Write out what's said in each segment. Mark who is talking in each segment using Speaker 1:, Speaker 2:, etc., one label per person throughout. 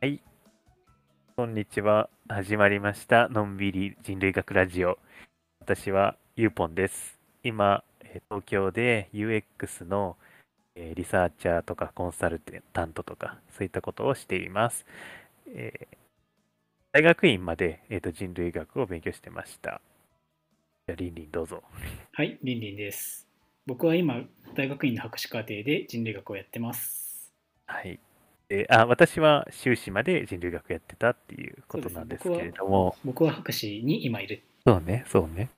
Speaker 1: はい。こんにちは。始まりました。のんびり人類学ラジオ。私はゆうぽんです。今、えー東京で UX のえーリサーチャーとかコンサルタントとか、そういったことをしています。えー大学院まで、えーと人類学を勉強してました。じゃあ、りんりんどうぞ。
Speaker 2: はい、りんりんです。僕は今、大学院の博士課程で人類学をやってます。
Speaker 1: はい。であ私は修士まで人類学やってたっていうことなんですけれども、
Speaker 2: 僕は博士に今いる。
Speaker 1: そうね、そうね。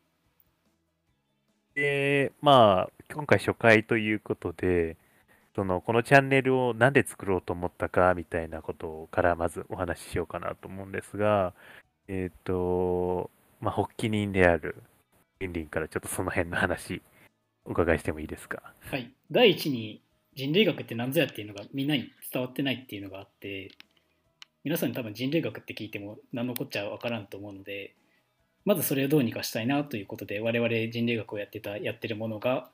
Speaker 1: で、まあ、今回初回ということで、その、このチャンネルをなんで作ろうと思ったか、みたいなことからまずお話ししようかなと思うんですが、えっ、と、まあ、発起人である、リンリンからちょっとその辺の話、お伺いしてもいいですか。
Speaker 2: はい、第一に人類学って何ぞやっていうのがみんなに伝わってないっていうのがあって、皆さんに多分人類学って聞いても何のこっちゃわからんと思うので、まずそれをどうにかしたいなということで、我々人類学をやってた、やってるものが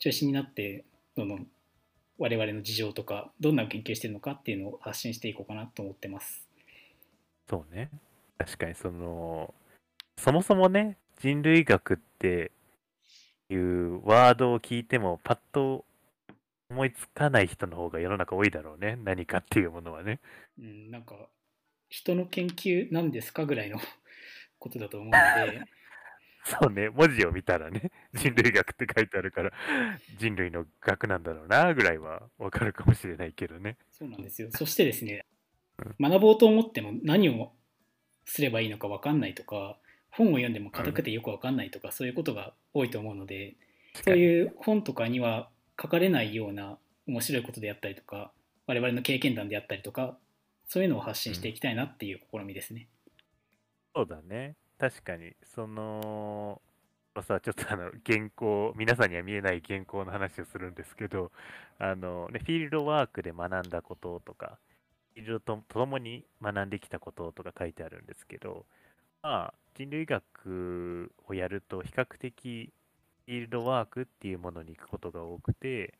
Speaker 2: 中心になって、どんどん我々の事情とか、どんな研究してるのかっていうのを発信していこうかなと思ってます。
Speaker 1: そうね。確かにその、そもそもね、人類学っていうワードを聞いても、パッと思いつかない人の方が世の中多いだろうね。何かっていうものはね。
Speaker 2: うん、なんか人の研究なんですかぐらいの ことだと思うの で
Speaker 1: そうね、文字を見たらね、人類学って書いてあるから、人類の学なんだろうな、ぐらいはわかるかもしれないけどね。
Speaker 2: そうなんですよそしてですね学ぼうと思っても何をすればいいのか分かんないとか本を読んでも硬くてよく分かんないとか、そういうことが多いと思うのでそう
Speaker 1: う。
Speaker 2: いう本とかには書かれないような面白いことであったりとか我々の経験談であったりとかそういうのを発信していきたいなっていう試みですね。
Speaker 1: そうだね。確かに、その、さ、ちょっとあの、原稿、皆さんには見えない原稿の話をするんですけど、あの、ね、フィールドワークで学んだこととか、フィールドとともに学んできたこととか書いてあるんですけど、まあ、人類学をやると比較的フィールドワークっていうものに行くことが多くて、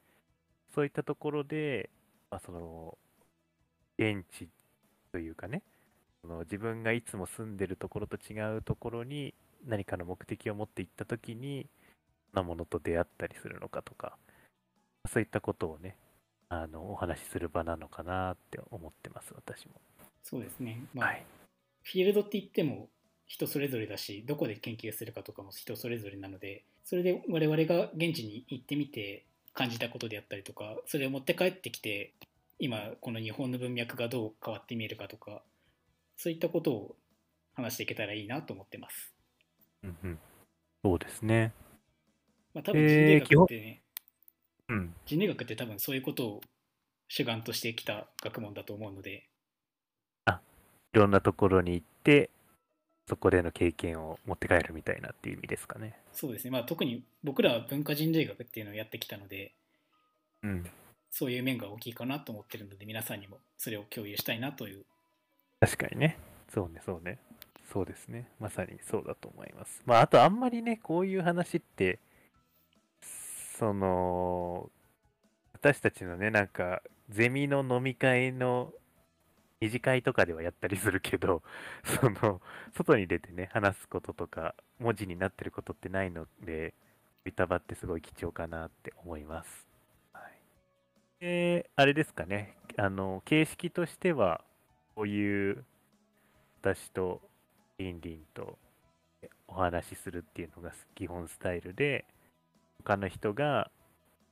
Speaker 1: そういったところで、まあ、その、現地というかね、その自分がいつも住んでるところと違うところに何かの目的を持って行った時に、どんなものと出会ったりするのかとか、そういったことをね、あの、お話しする場なのかなって思ってます、私も。
Speaker 2: そうですね、まあ
Speaker 1: はい。
Speaker 2: フィールドって言っても人それぞれだしどこで研究するかとかも人それぞれなのでそれで我々が現地に行ってみて感じたことであったりとかそれを持って帰ってきて今この日本の文脈がどう変わって見えるかとかそういったことを話していけたらいいなと思ってます。
Speaker 1: うんうん。そうですね。
Speaker 2: まあ、多分人類
Speaker 1: えー基
Speaker 2: 学
Speaker 1: 本
Speaker 2: ってね、
Speaker 1: うん。
Speaker 2: 人類学って多分そういうことを主眼としてきた学問だと思うので
Speaker 1: いろんなところに行って、そこでの経験を持って帰るみたいなっていう意味ですかね。
Speaker 2: そうですね、まあ、特に僕らは文化人類学っていうのをやってきたので
Speaker 1: うん。
Speaker 2: そういう面が大きいかなと思ってるので、皆さんにもそれを共有したいなという。
Speaker 1: 確かにね。そうね、そうね。そうですね。まさにそうだと思います。まあ、あとあんまりね、こういう話って、その、私たちのね、なんか、ゼミの飲み会の二次会とかではやったりするけど、 その、外に出てね、話すこととか、文字になってることってないので、ビタバってすごい貴重かなって思います。はい。で、あれですかね、あの、形式としては、こういう私とリンリンとお話しするっていうのが基本スタイルで他の人が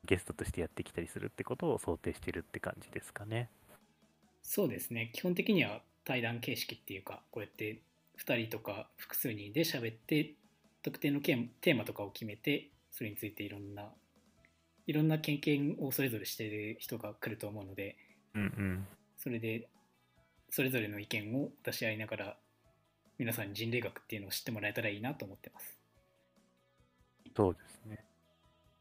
Speaker 1: ゲストとしてやってきたりするってことを想定してるって感じですかね。
Speaker 2: そうですね、基本的には対談形式っていうか、こうやって2人とか複数人で喋って、特定のけんテーマとかを決めて、それについていろんな、いろんな経験をそれぞれしてる人が来ると思うので、
Speaker 1: うんうん。
Speaker 2: それで、それぞれの意見を出し合いながら、皆さんに人類学っていうのを知ってもらえたらいいなと思ってます。
Speaker 1: そうですね。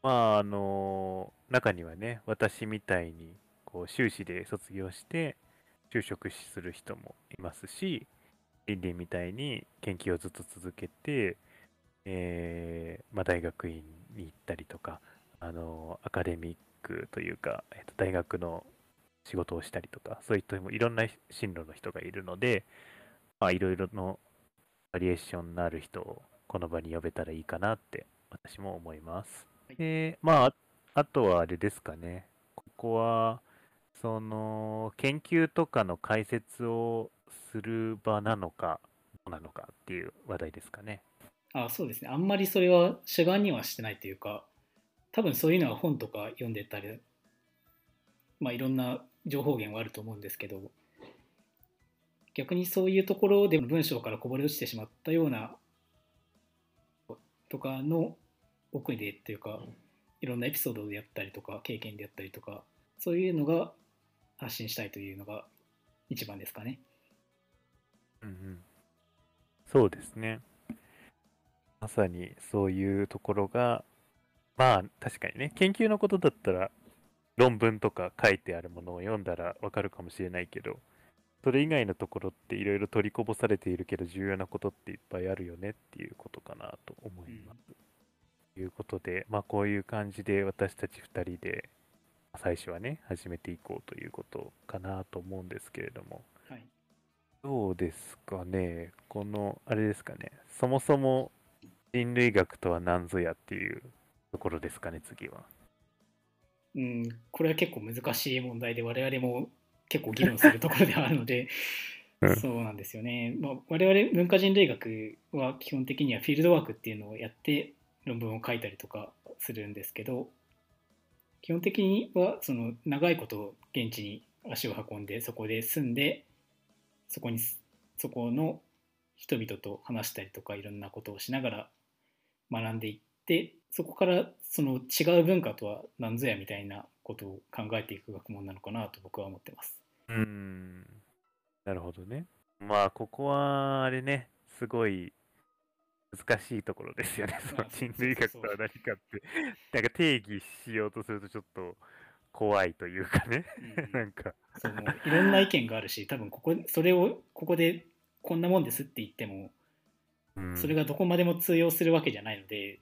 Speaker 1: まあ、あの、中にはね、私みたいに、こう、修士で卒業して、就職する人もいますし、リンリンみたいに研究をずっと続けて、えーまあ、大学院に行ったりとか、あの、アカデミックというか、えっと、大学の仕事をしたりとか、そういったもいろんな進路の人がいるので、まあ、いろいろのバリエーションのある人をこの場に呼べたらいいかなって私も思います。
Speaker 2: はい
Speaker 1: で、まあ、あとはあれですかね、ここは、その、研究とかの解説をする場なのか、どうなのかっていう話題ですかね。
Speaker 2: あそうですねあんまりそれは主眼にはしてないというか多分そういうのは本とか読んでたりまあいろんな情報源はあると思うんですけど逆にそういうところで文章からこぼれ落ちてしまったようなとかの奥でというかいろんなエピソードであったりとか経験であったりとかそういうのが発信したいというのが一番ですかね。
Speaker 1: うんうん、そうですね。まさにそういうところが、まあ確かにね、研究のことだったら論文とか書いてあるものを読んだらわかるかもしれないけど、それ以外のところっていろいろ取りこぼされているけど重要なことっていっぱいあるよねっていうことかなと思います。ということで、まあこういう感じで私たち2人で最初はね、始めていこうということかなと思うんですけれども。
Speaker 2: はい、
Speaker 1: どうですかね、この、あれですかね、そもそも人類学とは何ぞやっていうところですかね、次は。
Speaker 2: うん、これは結構難しい問題で我々も結構議論するところではあるので、
Speaker 1: うん
Speaker 2: そうなんですよね、まあ、我々文化人類学は基本的にはフィールドワークっていうのをやって論文を書いたりとかするんですけど基本的にはその長いこと現地に足を運んでそこで住んでそこにそこの人々と話したりとかいろんなことをしながら学んでいってそこからその違う文化とは何ぞやみたいなことを考えていく学問なのかなと僕は思ってます。
Speaker 1: うーん、なるほどね。まあ、ここは、あれね、すごい難しいところですよね、その
Speaker 2: あ
Speaker 1: 人類学とは
Speaker 2: そう
Speaker 1: 何かって。なんか定義しようとするとちょっと怖いというかね、なんか、
Speaker 2: そのいろんな意見があるし多分ここそれをここでこんなもんですって言っても
Speaker 1: うん
Speaker 2: それがどこまでも通用するわけじゃないので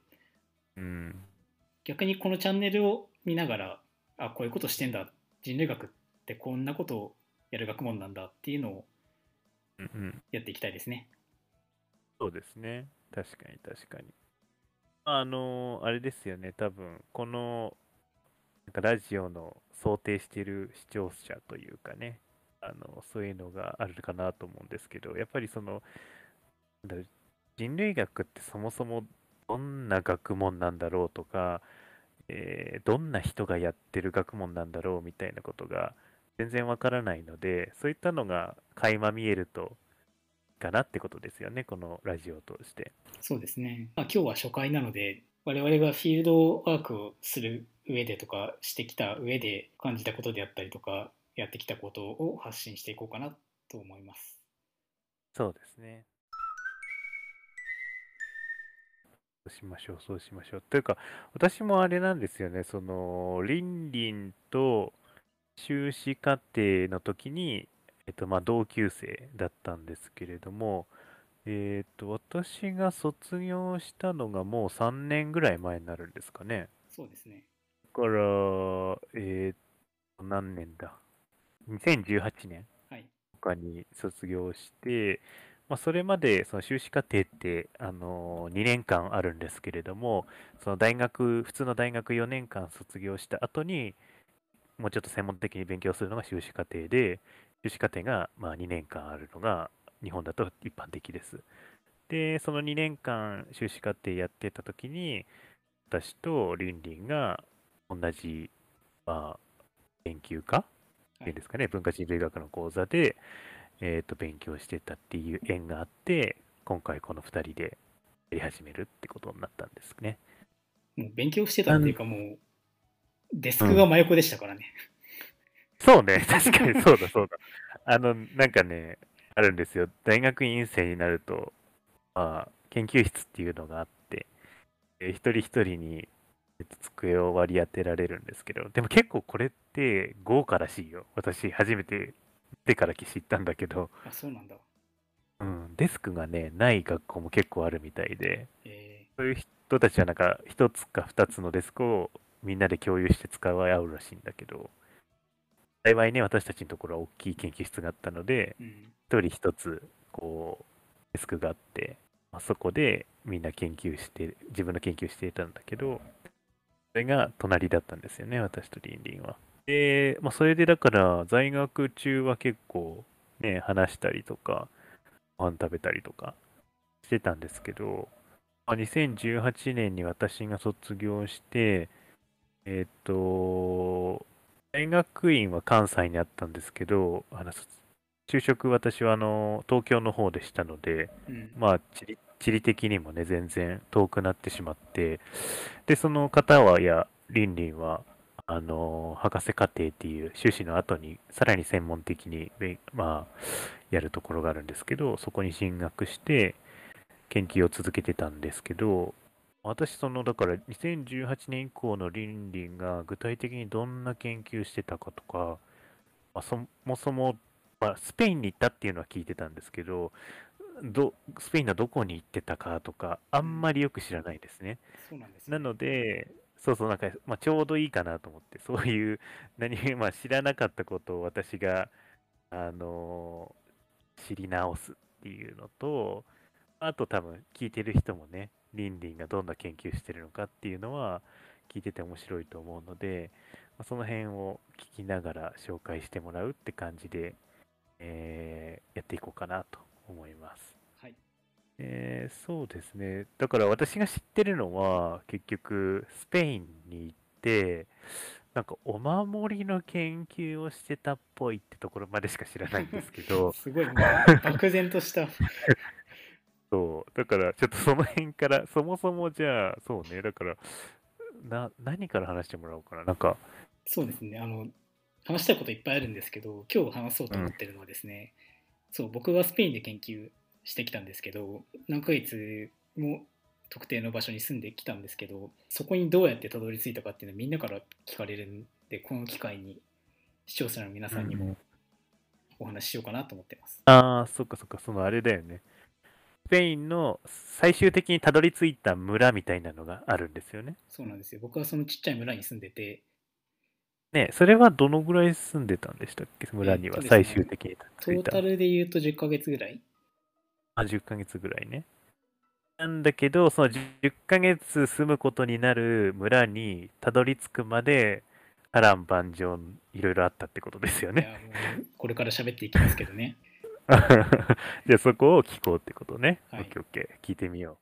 Speaker 1: うん、
Speaker 2: 逆にこのチャンネルを見ながらあこういうことしてんだ人類学ってこんなことをやる学問なんだっていうのを
Speaker 1: うんうん。
Speaker 2: やっていきたいですね。
Speaker 1: そうですね。確かに確かに。まああの、あれですよね。多分、この、なんかラジオの想定している視聴者というかね、あの、そういうのがあるかなと思うんですけど、やっぱりその、なんだろう人類学ってそもそもどんな学問なんだろうとか、えーどんな人がやってる学問なんだろうみたいなことが全然わからないので、そういったのが垣間見えるといいかなってことですよね、このラジオを通して。
Speaker 2: そうですね、まあ、今日は初回なので我々がフィールドワークをする上でとかしてきた上で感じたことであったりとかやってきたことを発信していこうかなと思います。
Speaker 1: そうですね。そうしましょう、そうしましょう。というか、私もあれなんですよね、その、リンリンと修士課程の時に、えっと、まあ、同級生だったんですけれども、えっと、私が卒業したのがもう3年ぐらい前になるんですかね。
Speaker 2: そうですね。
Speaker 1: だから、えっと、何年だ ?2018 年
Speaker 2: はい。
Speaker 1: とかに卒業して、まあ、それまでその修士課程って、あの2年間あるんですけれどもその大学普通の大学4年間卒業した後にもうちょっと専門的に勉強するのが修士課程で修士課程がまあ2年間あるのが日本だと一般的です。でその2年間修士課程やってた時に私とリンリンが同じ、まあ、研究家っていうんですかね、文化人類学の講座で、えー、と勉強してたっていう縁があって今回この2人でやり始めるってことになったんですね。
Speaker 2: もう勉強してたっていうかもうデスクが真横でしたからね。
Speaker 1: そうね、 確かにそうだそうだ。あの、なんかね、あるんですよ。大学院生になると、まあ、研究室っていうのがあって、えー一人一人に、えっと、机を割り当てられるんですけど、でも結構これって豪華らしいよ。私、初めて出てから知ったんだけど、
Speaker 2: あそうなんだ。
Speaker 1: うん、デスクがね、ない学校も結構あるみたいで、
Speaker 2: え
Speaker 1: そういう人たちはなんか一つか二つのデスクをみんなで共有して使い合うらしいんだけど、幸いね、私たちのところは大きい研究室があったので、
Speaker 2: うん
Speaker 1: 一人一つ、こう、デスクがあって、まあ、そこでみんな研究して、自分の研究していたんだけど、それが隣だったんですよね、私とリンリンは。で、まあ、それでだから、在学中は結構、ね、話したりとか、ご飯食べたりとかしてたんですけど、まあ、2018年に私が卒業して、えっ、と、大学院は関西にあったんですけど、あの卒就職私はあの東京の方でしたので、
Speaker 2: うん
Speaker 1: まあ、地理地理的にもね、全然遠くなってしまって、で、その方は、や、リンリンは、あの、博士課程っていう修士の後に、さらに専門的にべ、まあ、やるところがあるんですけど、そこに進学して、研究を続けてたんですけど、私、その、だから、2018年以降のリンリンが、具体的にどんな研究してたかとか、まあ、そもそも、まあ、スペインに行ったっていうのは聞いてたんですけど、どスペインのどこに行ってたかとか、あんまりよく知らないですね。
Speaker 2: そうなんですよ
Speaker 1: なので、そうそう、なんか、まあ、ちょうどいいかなと思って、 そういう、何も、まあ、知らなかったことを私が、あのー知り直すっていうのと、あと多分、聞いてる人もね、リンリンがどんな研究してるのかっていうのは、聞いてて面白いと思うので、まあ、その辺を聞きながら紹介してもらうって感じで、えーやっていこうかなと思います。
Speaker 2: はい、
Speaker 1: えーそうですね。だから私が知ってるのは、結局、スペインに行って、なんかお守りの研究をしてたっぽいってところまでしか知らないんですけど
Speaker 2: すごいもう漠然とした
Speaker 1: そう、だからちょっとその辺から、そもそもじゃあ、そうね、だから、な、何から話してもらおうかな。なんか、
Speaker 2: そうですねあの話したいこといっぱいあるんですけど今日話そうと思ってるのはですね、そう僕はスペインで研究してきたんですけど何ヶ月も特定の場所に住んできたんですけどそこにどうやってたどり着いたかっていうのはみんなから聞かれるんでこの機会に視聴者の皆さんに
Speaker 1: うんう
Speaker 2: も
Speaker 1: ん
Speaker 2: お話ししようかなと思ってます。
Speaker 1: ああ、そっかそっか、そのあれだよね。スペインの最終的にたどり着いた村みたいなのがあるんですよね。
Speaker 2: そうなんですよ僕はそのちっちゃい村に住んでて
Speaker 1: ね、それはどのぐらい住んでたんでしたっけ村には
Speaker 2: そうですね
Speaker 1: 最終的に
Speaker 2: ト
Speaker 1: 着い
Speaker 2: ー
Speaker 1: た
Speaker 2: タ。ルで言うと10ヶ月ぐらい
Speaker 1: まあ10ヶ月ぐらいね。なんだけど、その10ヶ月住むことになる村にたどり着くまで波乱万丈いろいろあったってことですよ
Speaker 2: いや
Speaker 1: ね。
Speaker 2: もうこれから喋っていきますけどね。
Speaker 1: じゃあそこを聞こうってことね。
Speaker 2: はい
Speaker 1: オッケーオッケー。聞いてみよ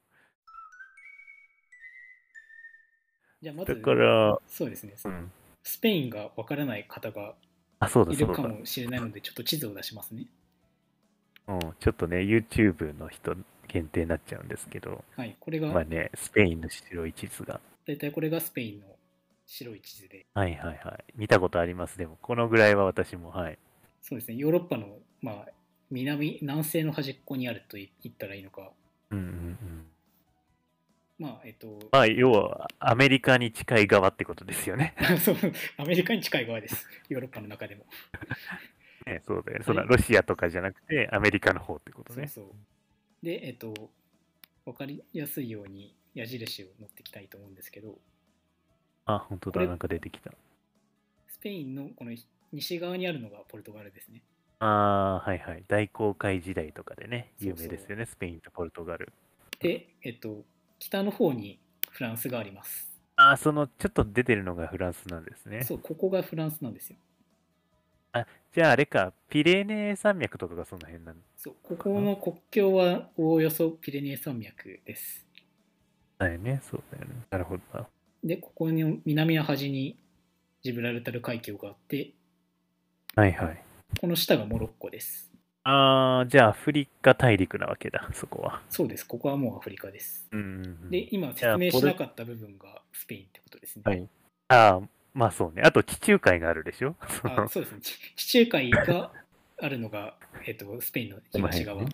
Speaker 2: じゃあま
Speaker 1: う。
Speaker 2: ず
Speaker 1: だから、
Speaker 2: そうですね、
Speaker 1: うん。
Speaker 2: スペインがわからない方が
Speaker 1: あ、そうだ
Speaker 2: い
Speaker 1: そ
Speaker 2: る
Speaker 1: う
Speaker 2: か
Speaker 1: だ。
Speaker 2: もしれないので、ちょっと地図を出しますね。
Speaker 1: うん、ちょっとね、YouTube の人限定になっちゃうんですけど、
Speaker 2: はい、これ
Speaker 1: まあ
Speaker 2: が、
Speaker 1: ね、スペインの白い地図が。
Speaker 2: 大体これがスペインの白い地図で、
Speaker 1: はいはいはい。見たことあります。でも、このぐらいは私も、はい。
Speaker 2: そうですね、ヨーロッパの、まあ、南、南西の端っこにあるとい言ったらいいのか、
Speaker 1: うんうんうん。
Speaker 2: まあ、えっと、
Speaker 1: まあ、要は、アメリカに近い側ってことですよね。
Speaker 2: そうアメリカに近い側 です、ヨーロッパの中でも。
Speaker 1: ねそうだよね。そんな、ロシアとかじゃなくて、アメリカの方ってこと
Speaker 2: そう
Speaker 1: ね。
Speaker 2: そう。で、えっと、わかりやすいように矢印を持っていきたいと思うんですけど、
Speaker 1: あ、本当
Speaker 2: こ
Speaker 1: だ。
Speaker 2: れ
Speaker 1: なんか出てきた。
Speaker 2: スペインのこの西側にあるのがポルトガルですね。
Speaker 1: ああ、はいはい。大航海時代とかでね、有名です
Speaker 2: そう
Speaker 1: よね。スペインとポルトガル。
Speaker 2: で、えっと、北の方にフランスがあります。
Speaker 1: ああ、その、ちょっと出てるのがフランスなんですね。
Speaker 2: そう、ここがフランスなんですよ。
Speaker 1: じゃあ、あれか、ピレネー山脈とかがその辺なの。
Speaker 2: そう、ここの国境はおおよそピレネー山脈です。
Speaker 1: だよね。そうだよね。なるほどな。
Speaker 2: で、ここの南の端にジブラルタル海峡があって、
Speaker 1: はいはい。
Speaker 2: この下がモロッコです。
Speaker 1: ああ、じゃあ、アフリカ大陸なわけだ、そこは。
Speaker 2: そうです、ここはもうアフリカです。
Speaker 1: うんうんうん。
Speaker 2: で、今
Speaker 1: じゃあ
Speaker 2: 説明しなかった部分がスペインってことですね。
Speaker 1: はいああ、まあそうね。あと地中海があるでしょ そ
Speaker 2: あ
Speaker 1: の
Speaker 2: そうですね、地地中海があるのが、えっと、スペインの東
Speaker 1: この辺
Speaker 2: 側
Speaker 1: ね。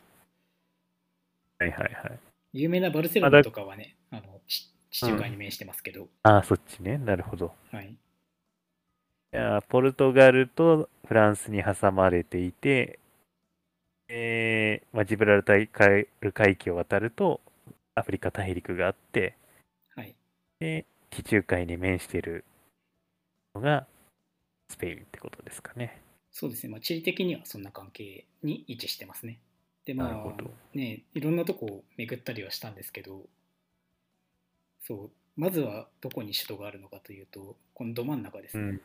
Speaker 1: はいはいはい。
Speaker 2: 有名なバルセロナとかはね、あのち地中海に面してますけど、
Speaker 1: ああ、そっちね。なるほど。
Speaker 2: はい、
Speaker 1: じゃあ、ポルトガルとフランスに挟まれていて、えーまあ、ジブラルタル海海峡を渡ると、アフリカ大陸があって、
Speaker 2: はい、
Speaker 1: で、地中海に面しているのが、スペインってことですかね。
Speaker 2: そうですね、まあ、地理的にはそんな関係に位置してますね。で
Speaker 1: なる
Speaker 2: ま
Speaker 1: ほど
Speaker 2: あねいろんなとこを巡ったりはしたんですけどそうまずはどこに首都があるのかというとこのど真ん中ですね。
Speaker 1: うん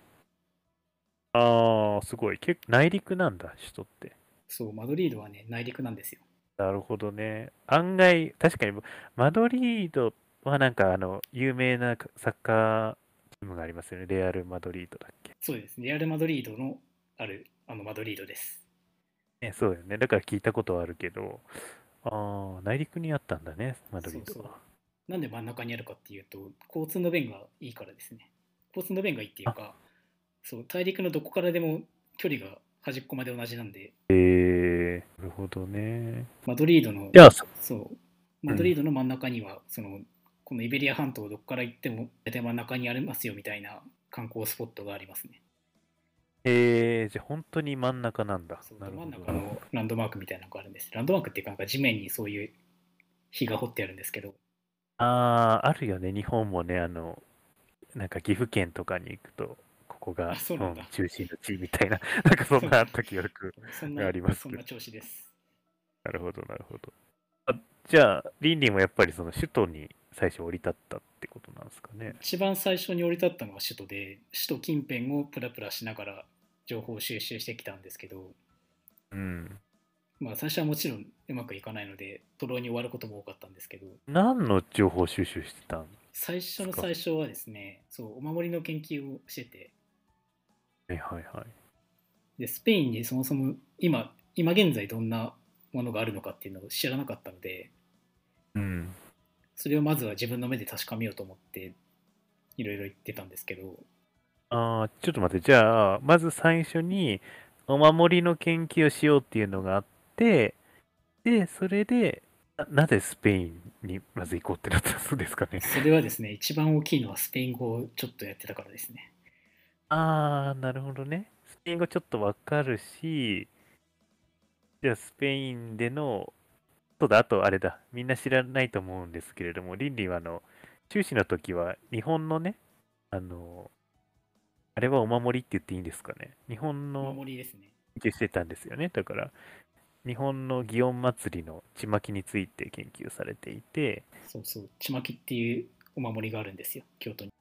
Speaker 1: ああ、すごい。結構内陸なんだ、首都って。
Speaker 2: そうマドリードはね内陸なんですよ。
Speaker 1: なるほどね。案外、確かに、マドリードはなんか、あの、有名なサッカーチームがありますよね。レアル・マドリードだっけ。
Speaker 2: そうですねレアル・マドリードのあるあのマドリードです。
Speaker 1: ね、そうよね。だから聞いたことはあるけど、ああ、内陸にあったんだね、マドリードは。
Speaker 2: そうそうなんで真ん中にあるかっていうと交通の便がいいからですね。交通の便がいいっていうかそう大陸のどこからでも距離が端っこまで同じなんで
Speaker 1: えー、なるほどね。
Speaker 2: マドリードの
Speaker 1: いや、そ
Speaker 2: そう。マドリードの真ん中には、その、このイベリア半島どこから行っても、大体真ん中にありますよみたいな観光スポットがありますね。
Speaker 1: えー、じゃあ本当に真ん中なんだ
Speaker 2: そう。
Speaker 1: なる
Speaker 2: 真
Speaker 1: ほ
Speaker 2: ん
Speaker 1: ど
Speaker 2: 中。のランドマークみたいなのがあるんです。ランドマークっていうか、なんか地面にそういう碑が掘ってあるんですけど、
Speaker 1: ああ、あるよね。日本もね、あの、なんか岐阜県とかに行くと、ここが、
Speaker 2: あそうなんだ
Speaker 1: うん中心の地みたいな、なんかそんなあった記憶。
Speaker 2: そんな、
Speaker 1: あります
Speaker 2: そんな調子です。
Speaker 1: なるほど、なるほど。あじゃあ、リンリンもやっぱりその首都に最初降り立ったってことなんですかね。
Speaker 2: 一番最初に降り立ったのは首都で、首都近辺をプラプラしながら情報収集してきたんですけど、
Speaker 1: うん。
Speaker 2: まあ最初はもちろんうまくいかないので、徒労に終わることも多かったんですけど、
Speaker 1: 何の情報収集してたん
Speaker 2: 最初の最初はですねそうお守りの研究をしてて
Speaker 1: はいはいはい。
Speaker 2: でスペインにそもそも今今現在どんなものがあるのかっていうのを知らなかったので
Speaker 1: うん。
Speaker 2: それをまずは自分の目で確かめようと思っていろいろ言ってたんですけど
Speaker 1: ああ、ちょっと待って。じゃあ、まず最初に、お守りの研究をしようっていうのがあって、で、それで、な、なぜスペインにまず行こうってなったんですかね。
Speaker 2: それはですね一番大きいのはスペイン語をちょっとやってたからですね
Speaker 1: ああ、なるほどね。スペイン語ちょっとわかるし、じゃあスペインでの、そうだ、あとあれだ、みんな知らないと思うんですけれども、リンリンはあの、修士の時は日本のね、あの、あれはお守りって言っていいんですかね。日本
Speaker 2: お
Speaker 1: の
Speaker 2: 守りですね
Speaker 1: 研究してたんですよね。だから、日本の祇園祭りのちまきについて研究されていて、
Speaker 2: そうそうちまきっていうお守りがあるんですよ京都に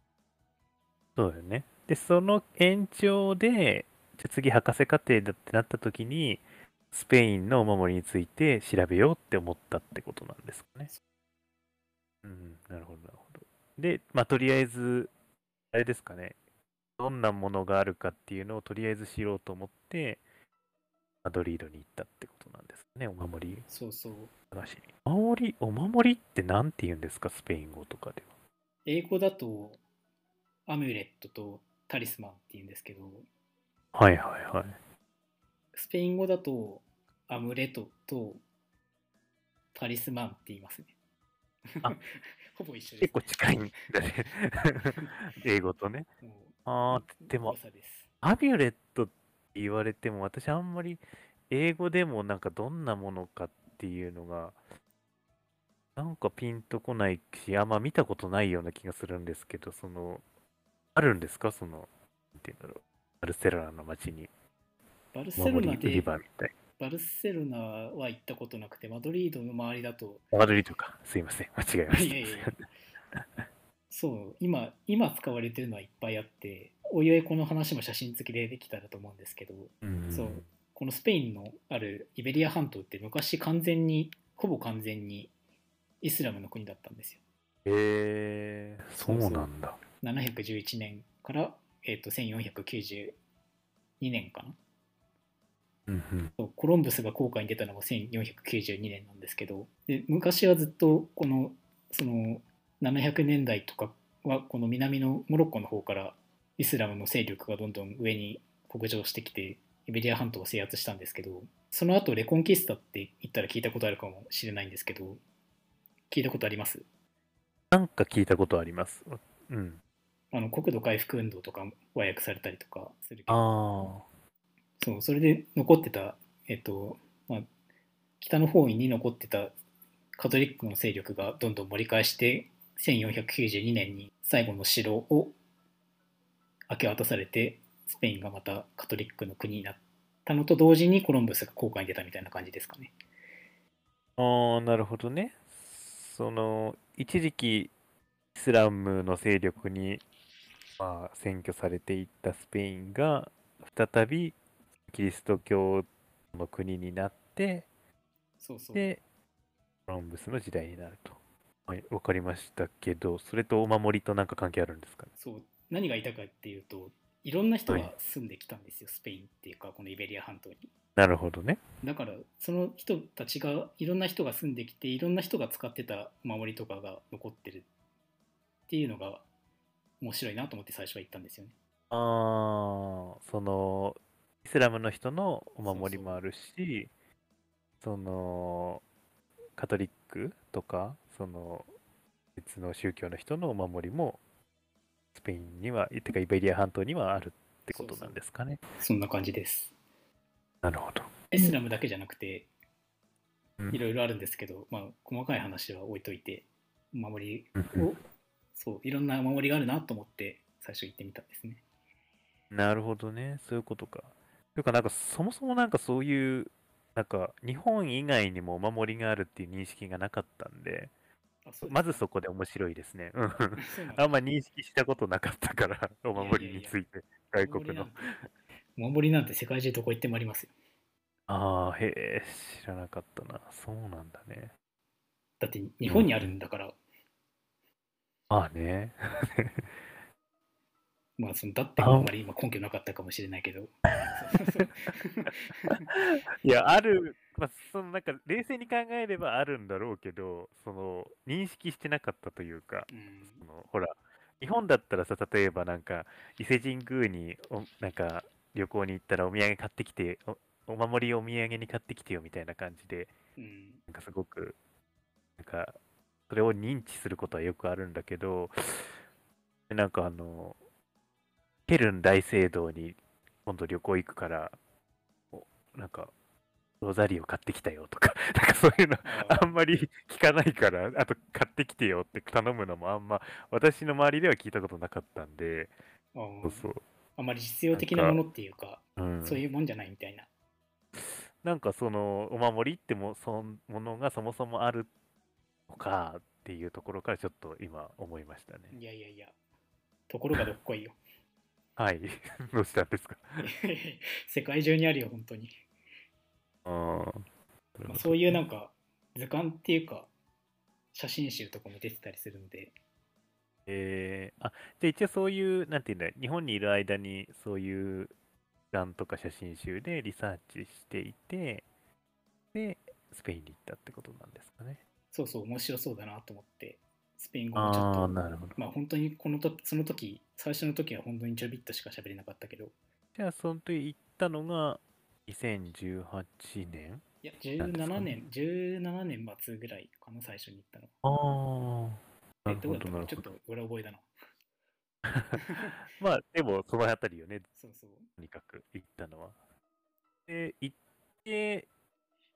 Speaker 1: そうだよね。で、その延長で、じゃあ次博士課程だってなった時に、スペインのお守りについて調べようって思ったってことなんですかね。うん、なるほど、なるほど。で、まあ、とりあえず、あれですかね、どんなものがあるかっていうのをとりあえず知ろうと思って、マドリードに行ったってことなんですかね、お守り
Speaker 2: そうそう
Speaker 1: 探しに。お守り、お守りって何て言うんですか、スペイン語とかでは。
Speaker 2: 英語だとアミュレットとタリスマンっていうんですけど
Speaker 1: はいはいはい。
Speaker 2: スペイン語だとアムレトとタリスマンって言いますね
Speaker 1: あ。
Speaker 2: ほぼ一緒で
Speaker 1: 結
Speaker 2: す、ね。
Speaker 1: 構近いんだ ね。英語とね。
Speaker 2: も
Speaker 1: あ
Speaker 2: う
Speaker 1: ー、でも
Speaker 2: 誤、差です
Speaker 1: アビュレットって言われても、私あんまり英語でもなんかどんなものかっていうのが、なんかピンとこないし、あんま見たことないような気がするんですけど、その、あるんですかその、なんていうんだろう。バルセロナの街に
Speaker 2: バルセロ
Speaker 1: 守
Speaker 2: ナ
Speaker 1: り売り
Speaker 2: で、
Speaker 1: 場みたい
Speaker 2: バルセロナは行ったことなくて、マドリードの周り だと、
Speaker 1: な。マドリードか。すいません。間違えま
Speaker 2: い
Speaker 1: し
Speaker 2: や
Speaker 1: た。
Speaker 2: いやいやそう、今、今使われてるのはいっぱいあって、おいおいこの話も写真付きでできたらと思うんですけど、
Speaker 1: うん
Speaker 2: そうこのスペインのあるイベリア半島って昔完全に、ほぼ完全にイスラムの国だったんですよ。
Speaker 1: へえー、そう
Speaker 2: そうそう
Speaker 1: なんだ。
Speaker 2: 711年から、えー、と1492年かな
Speaker 1: うんうん。
Speaker 2: そうコロンブスが航海に出たのが1492年なんですけどで昔はずっとこのその700年代とかはこの南のモロッコの方からイスラムの勢力がどんどん上に北上してきてイベリア半島を制圧したんですけどその後レコンキスタって言ったら聞いたことあるかもしれないんですけど聞いたことあります
Speaker 1: なんか聞いたことあります。うん。
Speaker 2: あの国土回復運動とかも和訳されたりとかするけど
Speaker 1: あ
Speaker 2: そう、それで残ってた、えっと、まあ、北の方に残ってたカトリックの勢力がどんどん盛り返して、1492年に最後の城を明け渡されて、スペインがまたカトリックの国になったのと同時にコロンブスが航海に出たみたいな感じですかね。
Speaker 1: ああ、なるほどね。その、一時期、イスラムの勢力に、まあ、占拠されていったスペインが、再び、キリスト教の国になって、
Speaker 2: そうそう。
Speaker 1: で、コロンブスの時代になると。はい、わかりましたけど、それとお守りとなんか関係あるんですかね。
Speaker 2: そう何が言いたいかっていうといろんな人
Speaker 1: は
Speaker 2: が
Speaker 1: い
Speaker 2: 住んできたんですよ、スペインっていうかこのイベリア半島に
Speaker 1: なるほどね。
Speaker 2: だからその人たちがいろんな人が住んできていろんな人が使ってたお守りとかが残ってるっていうのが面白いなと思って最初は言ったんですよね
Speaker 1: ああ、その、イスラムの人のお守りもあるし、その、カトリックとか、その、別の宗教の人のお守りも、スペインには、てかイベリア半島にはあるってことなんですかね。
Speaker 2: そんな感じです
Speaker 1: なるほど。
Speaker 2: イスラムだけじゃなくて
Speaker 1: うん
Speaker 2: いろいろあるんですけど、まあ、細かい話は置いといてお守り
Speaker 1: うん
Speaker 2: をそういろんなお守りがあるなと思って最初言ってみたんですね
Speaker 1: なるほどね。そういうことか。というか、なんか、そもそもなんかそういう、なんか、日本以外にもお守りがあるっていう認識がなかったんで、
Speaker 2: あそうです
Speaker 1: まずそこで面白いですね。うん。
Speaker 2: そうなんです
Speaker 1: あんま認識したことなかった から、お守りについて、外国の。
Speaker 2: お守りなんて世界中どこ行ってもありますよ
Speaker 1: ああ、へえ、知らなかったな。そうなんだね。
Speaker 2: だって日本にあるんだから、
Speaker 1: まあね。
Speaker 2: まあそのだってあんまり今根拠なかったかもしれない けどそう
Speaker 1: いや、ある、まあ、そのなんか、冷静に考えればあるんだろうけど、その、認識してなかったというか、
Speaker 2: うん
Speaker 1: そのほら、日本だったらさ、例えばなんか、伊勢神宮にお、なんか、旅行に行ったらお土産買ってきて、おお守りをお土産に買ってきてよみたいな感じで、
Speaker 2: うん
Speaker 1: なんかすごく、なんか、それを認知することはよくあるんだけど、なんかあの、ケルン大聖堂に今度旅行行くから、おなんか、ロザリーを買ってきたよとか、 なんかそういうの
Speaker 2: あ
Speaker 1: あんまり聞かないから、あと買ってきてよって頼むのもあんま、私の周りでは聞いたことなかったんで、
Speaker 2: あ
Speaker 1: そうそう。
Speaker 2: あんまり実用的なものっていうか
Speaker 1: うん、
Speaker 2: そういうもんじゃないみたいな
Speaker 1: なんかそのお守りってもそのものがそもそもあるのかっていうところからちょっと今思いましたね。
Speaker 2: いやいやいやところがどっ こいよ
Speaker 1: はい。 どうしたんです か
Speaker 2: 世界中にあるよ本当に、まあ、そういうなんか図鑑っていうか写真集とかも出てたりするので
Speaker 1: えー、あじゃあ一応そういう、なんていうんだ日本にいる間にそういう欄とか写真集でリサーチしていて、で、スペインに行ったってことなんですかね。
Speaker 2: そうそう面白そうだなと思ってスペイン語もちょっ
Speaker 1: あ
Speaker 2: と
Speaker 1: ーなるほど
Speaker 2: まあ本当にこのとその時最初の時は本当にちょびっとしか喋れなかったけど
Speaker 1: じゃあ、その時行ったのが2018年
Speaker 2: いや、
Speaker 1: なんですか
Speaker 2: 17年、17年末ぐらいかな、最初に行ったの。
Speaker 1: ああ。な
Speaker 2: え
Speaker 1: る
Speaker 2: どう
Speaker 1: ほ
Speaker 2: だっ
Speaker 1: ど、
Speaker 2: たか
Speaker 1: な
Speaker 2: な
Speaker 1: る
Speaker 2: ちょ
Speaker 1: ほ
Speaker 2: っと
Speaker 1: ど。
Speaker 2: 裏覚えだな。
Speaker 1: まあ、でも、そのあたりよね、
Speaker 2: そうそう。
Speaker 1: とにかく行ったのは。で、行って、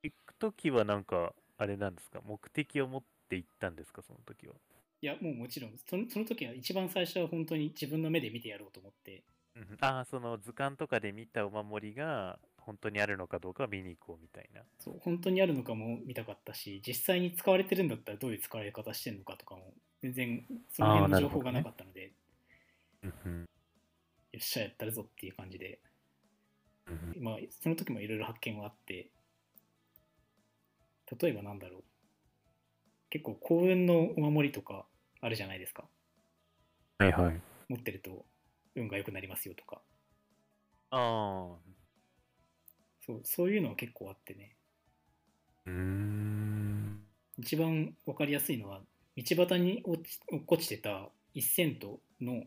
Speaker 1: 行くときはなんか、あれなんですか、目的を持って行ったんですか、その時は。
Speaker 2: いや、もうもちろん、そのその時は一番最初は本当に自分の目で見てやろうと思って、
Speaker 1: うんああ、その図鑑とかで見たお守りが、本当にあるのかどうか見に行こうみたいな。
Speaker 2: そう本当にあるのかも見たかったし、実際に使われてるんだったらどういう使われ方してるのかとかも、全然その辺
Speaker 1: あ
Speaker 2: の
Speaker 1: ー
Speaker 2: 情報が
Speaker 1: な
Speaker 2: な
Speaker 1: る
Speaker 2: か
Speaker 1: ほ
Speaker 2: ったので、よ
Speaker 1: うん
Speaker 2: っしゃ、やったるぞっていう感じで、
Speaker 1: うん
Speaker 2: まあ、その時もいろいろ発見はあって、例えばなんだろう、結構幸運のお守りとかあるじゃないですか。
Speaker 1: はいはい。
Speaker 2: 持ってると運が良くなりますよとか
Speaker 1: ああ。
Speaker 2: そうそういうのは結構あってね
Speaker 1: うーん。
Speaker 2: 一番分かりやすいのは道端に落ち落っこちてた1セントの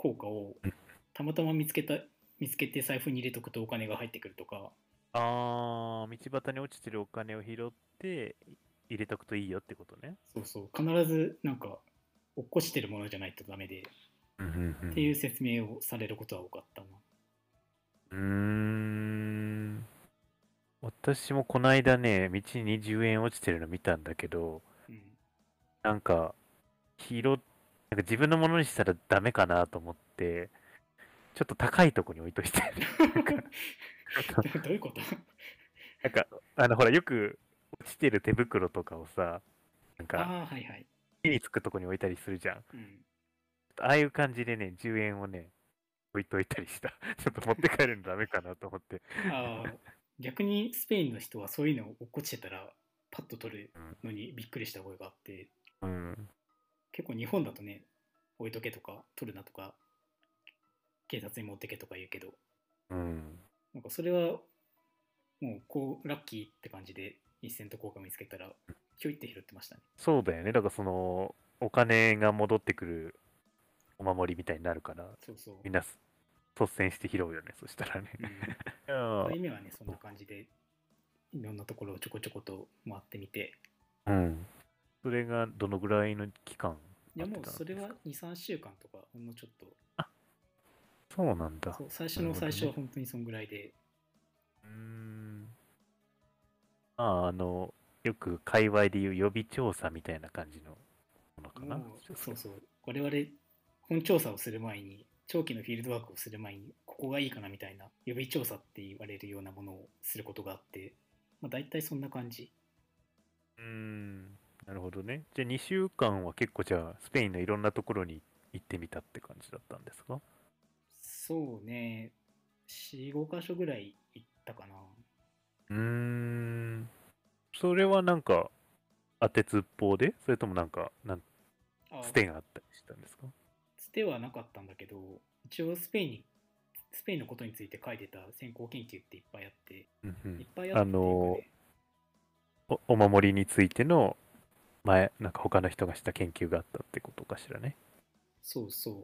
Speaker 2: 硬貨を
Speaker 1: うん
Speaker 2: たまたま見つけた見つけて財布に入れとくとお金が入ってくるとか
Speaker 1: ああ、道端に落ちてるお金を拾って、入れとくといいよってことね。
Speaker 2: そうそう必ずなんか落っこちてるものじゃないとダメで
Speaker 1: っ
Speaker 2: っていう説明をされることは多かったな
Speaker 1: うーん。私もこの間ね、道に10円落ちてるの見たんだけど、
Speaker 2: うん
Speaker 1: なんか、拾っ、なんか自分のものにしたらダメかなと思って、ちょっと高いとこに置いと いて。なん か
Speaker 2: どういうこと
Speaker 1: なんか、あの、ほら、よく落ちてる手袋とかをさ、なん
Speaker 2: あ
Speaker 1: か、
Speaker 2: あーはいはい、
Speaker 1: 目につくとこに置いたりするじゃん。
Speaker 2: うん、
Speaker 1: ああいう感じでね、10円をね、置いといたりした。 ちょっと持って帰るのダメかなと思って。
Speaker 2: ああ逆にスペインの人はそういうのを落っこちてたらパッと取るのにびっくりした声があって
Speaker 1: うん。
Speaker 2: 結構日本だとね置いとけとか取るなとか警察に持ってけとか言うけど
Speaker 1: うん。
Speaker 2: なんかそれはもうこうラッキーって感じで一銭と効果見つけたらひょいって拾ってましたね
Speaker 1: そうだよね。だからその、お金が戻ってくるお守りみたいになるから、
Speaker 2: そうそう、
Speaker 1: みんなす率先して拾うよね、そしたらね。
Speaker 2: うん、そういう意味はねそんな感じでいろんなところをちょこちょこと回ってみて
Speaker 1: うん。それがどのぐらいの期間
Speaker 2: いや
Speaker 1: 待
Speaker 2: も
Speaker 1: っ
Speaker 2: う
Speaker 1: てたん
Speaker 2: それ
Speaker 1: です
Speaker 2: は
Speaker 1: か
Speaker 2: 23週間とかほんのちょっと
Speaker 1: そうなんだ。
Speaker 2: そう最初
Speaker 1: な
Speaker 2: の
Speaker 1: るほど
Speaker 2: 最
Speaker 1: ね
Speaker 2: 初は本当にそんぐらいで
Speaker 1: うーん。まあ、あの、よく界隈でいう予備調査みたいな感じのものかな。
Speaker 2: もうそうそう我々本調査をする前に長期のフィールドワークをする前にここがいいかなみたいな予備調査って言われるようなものをすることがあって、まあ、大体そんな感じ
Speaker 1: うーん。なるほどね。じゃあ2週間は結構じゃあ、スペインのいろんなところに行ってみたって感じだったんですか
Speaker 2: そうね45箇所ぐらい行ったかな
Speaker 1: うーん。それはなんか、当てつっぽうでそれともなんか、なん
Speaker 2: あ
Speaker 1: つてがあったりしたんですか
Speaker 2: つてはなかったんだけど一応スペインにスペインのことについて書いてた先行研究っていっぱいあって
Speaker 1: うんうん
Speaker 2: いっぱいあってっていうかね
Speaker 1: あのおお守りについての前なんか他の人がした研究があったってことかしらね。
Speaker 2: そうそう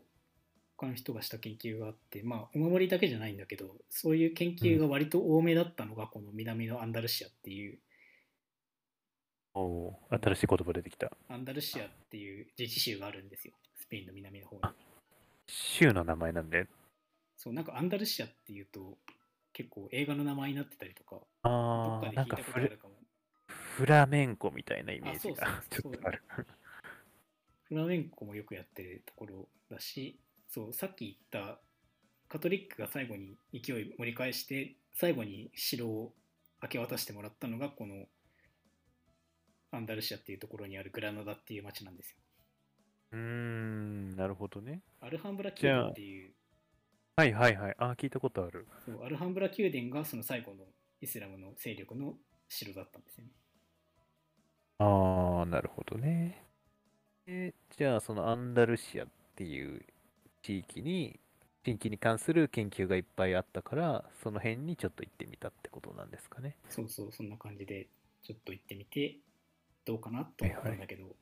Speaker 2: 他の人がした研究があってまあお守りだけじゃないんだけどそういう研究が割と多めだったのがこの南のアンダルシアっていう
Speaker 1: おー新しい言葉出てきた。
Speaker 2: アンダルシアっていう自治州があるんですよスペインの南の方に
Speaker 1: あ州の名前なんで。
Speaker 2: そうなんかアンダルシアっていうと結構映画の名前になってたりとかど
Speaker 1: あ
Speaker 2: っか
Speaker 1: あ、
Speaker 2: で
Speaker 1: な
Speaker 2: 聞
Speaker 1: ん
Speaker 2: い
Speaker 1: か
Speaker 2: たこと
Speaker 1: フ
Speaker 2: あ
Speaker 1: レ
Speaker 2: るかも
Speaker 1: フラメンコみたいなイメージが
Speaker 2: あそ
Speaker 1: ちょ
Speaker 2: うそうそう
Speaker 1: っとある。
Speaker 2: フラメンコもよくやってるところだしそうさっき言ったカトリックが最後に勢い盛り返して最後に城を明け渡してもらったのがこのアンダルシアっていうところにあるグラナダっていう町なんですよ。
Speaker 1: うーん、なるほどね。
Speaker 2: アルハンブラ宮殿っていう
Speaker 1: はいはいはい。ああ、聞いたことある。
Speaker 2: そうアルハンブラ宮殿がその最後のイスラムの勢力の城だったんですよね。
Speaker 1: ああ、なるほどね。でじゃあ、そのアンダルシアっていう地域に、地域に関する研究がいっぱいあったから、その辺にちょっと行ってみたってことなんですかね。
Speaker 2: そうそうそんな感じでちょっと行ってみてどうかなと思ったんだけど、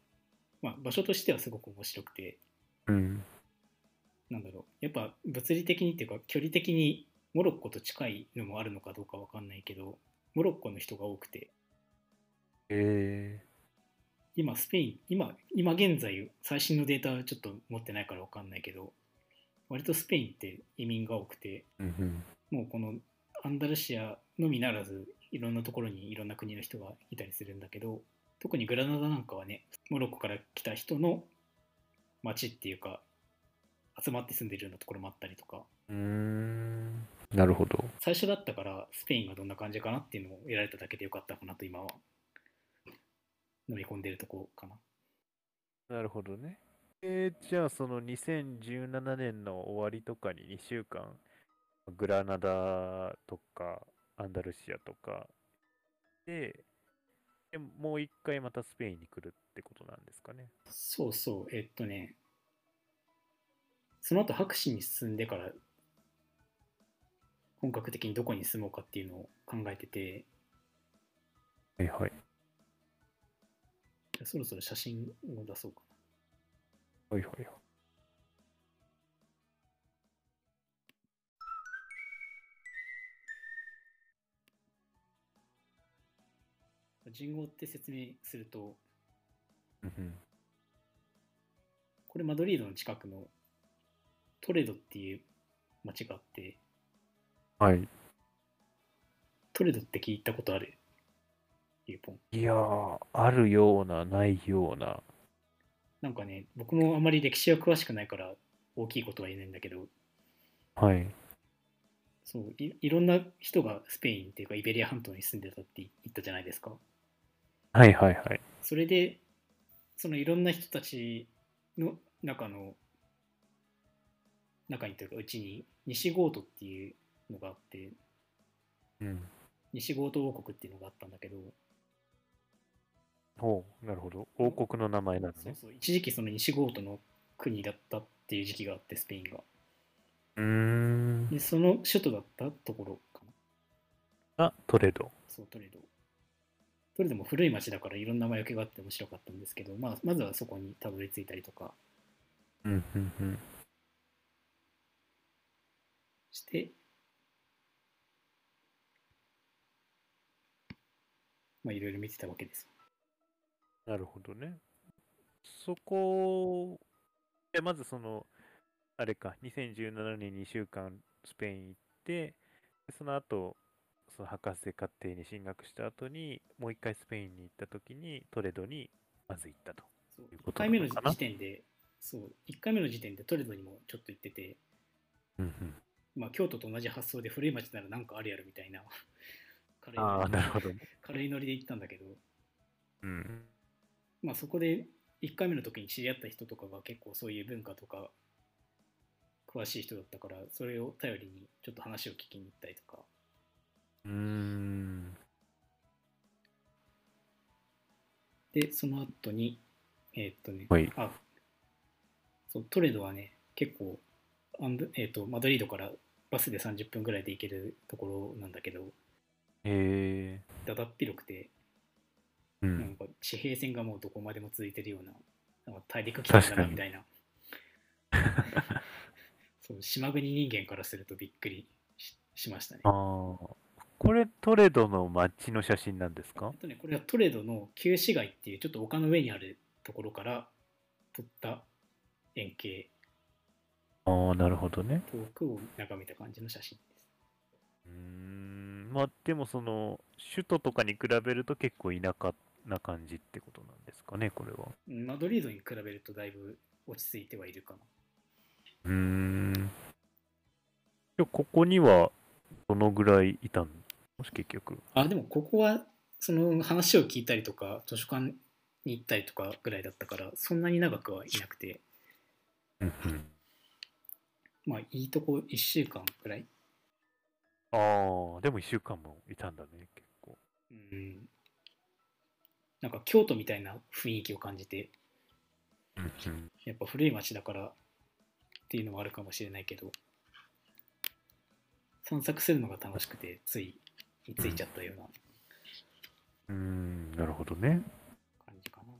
Speaker 2: まあ、場所としてはすごく面白くて
Speaker 1: うん。
Speaker 2: なんだろうやっぱ物理的にっていうか距離的にモロッコと近いのもあるのかどうかわかんないけどモロッコの人が多くて
Speaker 1: え
Speaker 2: 今スペイン今今現在最新のデータはちょっと持ってないからわかんないけど割とスペインって移民が多くて
Speaker 1: えうんうん。
Speaker 2: もうこのアンダルシアのみならずいろんなところにいろんな国の人がいたりするんだけど特にグラナダなんかはねモロッコから来た人の町っていうか集まって住んでるようなところもあったりとか
Speaker 1: うーん。なるほど。
Speaker 2: 最初だったからスペインがどんな感じかなっていうのを得られただけでよかったかなと今は飲み込んでるとこかな
Speaker 1: なるほどね。えーじゃあ、その2017年の終わりとかに2週間、グラナダとか、アンダルシアとかで、でもう一回またスペインに来るってことなんですかね。
Speaker 2: そうそうえっとねその後博士に進んでから本格的にどこに住もうかっていうのを考えてて
Speaker 1: はいはい。
Speaker 2: そろそろ写真を出そうかな
Speaker 1: はいはい。
Speaker 2: 人号って説明すると
Speaker 1: うん
Speaker 2: これマドリードの近くのトレドっていう町があって
Speaker 1: はい。
Speaker 2: トレドって聞いたことあるユーポン
Speaker 1: いやー、あるような、ないような。
Speaker 2: なんかね僕もあまり歴史は詳しくないから大きいことは言えないんだけど
Speaker 1: はい。
Speaker 2: そういいろんな人がスペインっていうかイベリア半島に住んでたって言ったじゃないですか。
Speaker 1: はいはいはい。
Speaker 2: それでそのいろんな人たちの中の中にというかうちに西ゴートっていうのがあって
Speaker 1: うん。
Speaker 2: 西ゴート王国っていうのがあったんだけど、
Speaker 1: ほう、なるほど。王国の名前なの
Speaker 2: そう
Speaker 1: ね。
Speaker 2: そう一時期その西ゴートの国だったっていう時期があってスペインが
Speaker 1: うーん。
Speaker 2: でその首都だったところかな
Speaker 1: あ、トレド。
Speaker 2: そうトレドトレドも古い町だからいろんな魔除けがあって面白かったんですけど、まあ、まずはそこにたどり着いたりとか
Speaker 1: うんうんうん。
Speaker 2: して、まあ、いろいろ見てたわけです
Speaker 1: なるほどね。そこで、まずその、あれか、2017年に2週間スペイン行って、でその後、その博士課程に進学した後に、もう一回スペインに行った時に、トレドにまず行ったと。
Speaker 2: そう
Speaker 1: いうことな
Speaker 2: 1回
Speaker 1: の
Speaker 2: 目の時
Speaker 1: かな
Speaker 2: 時点でそう1回目の時点でトレドにもちょっと行ってて、
Speaker 1: うんうん、
Speaker 2: まあ、京都と同じ発想で古い町ならなんかあるやろみたいな 軽い
Speaker 1: ああ、なるほどね。
Speaker 2: 軽いノリで行ったんだけど、
Speaker 1: うん。
Speaker 2: まあ、そこで1回目の時に知り合った人とかが結構そういう文化とか詳しい人だったからそれを頼りにちょっと話を聞きに行ったりとか
Speaker 1: うーん。
Speaker 2: でその後にえーっとね、
Speaker 1: はい
Speaker 2: あそうトレドはね結構アンブ、えーっとマドリードからバスで30分ぐらいで行けるところなんだけど
Speaker 1: へえ。
Speaker 2: だだっ広くて
Speaker 1: う
Speaker 2: なん
Speaker 1: ん。
Speaker 2: か地平線がもうどこまでも続いてるようななんか大陸来たんだ
Speaker 1: 確か
Speaker 2: な
Speaker 1: に
Speaker 2: みたいなそう島国人間からするとびっくりししましたね
Speaker 1: あ。あ。これ、トレドの街の写真なんですか
Speaker 2: えっとねこれはトレドの旧市街っていうちょっと丘の上にあるところから撮った円形
Speaker 1: ああ、なるほどね。
Speaker 2: 遠くを眺めた感じの写真です。
Speaker 1: うーんまあでもその首都とかに比べると結構田舎な感じってことなんですかねこれは
Speaker 2: うんマドリードに比べるとだいぶ落ち着いてはいるかな。
Speaker 1: うーんじゃあここにはどのぐらいいたんもし結局
Speaker 2: あでもここはその話を聞いたりとか図書館に行ったりとかぐらいだったからそんなに長くはいなくて。まあいいとこ1週間くらい、
Speaker 1: ああでも1週間もいたんだね結構
Speaker 2: うん、なんか京都みたいな雰囲気を感じてやっぱ古い町だからっていうのもあるかもしれないけど散策するのが楽しくてつい居ついちゃったような
Speaker 1: うーんなるほどね
Speaker 2: 感じかな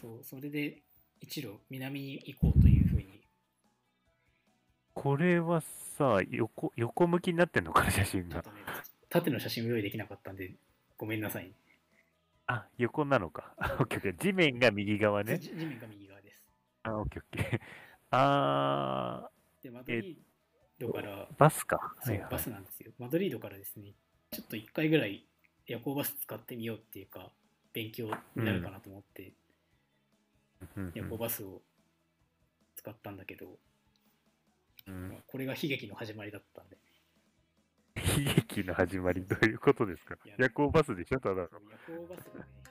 Speaker 2: そうそれで一路南に行こうというふうに
Speaker 1: これはさ横横向きになってんのかな写真
Speaker 2: ちょ
Speaker 1: が
Speaker 2: っとね縦の写真を用意できなかったんでごめんなさい、
Speaker 1: あ横なのかオッケーオッケー地面が右側ね
Speaker 2: 地地面が右側です
Speaker 1: あオッケーオッケーあ
Speaker 2: でマドリードから
Speaker 1: ーバスか
Speaker 2: そう、バスなんですよ。マドリードからですね、ちょっと1回ぐらい夜行バス使ってみようっていうか、勉強になるかなと思って、
Speaker 1: うんうん
Speaker 2: 夜行バスを使ったんだけど、
Speaker 1: うん
Speaker 2: まあ これが悲劇の始まりだったんで、
Speaker 1: 悲劇の始まりどういうことですか
Speaker 2: いや
Speaker 1: 夜行バスでしょただの
Speaker 2: 夜行バスがね、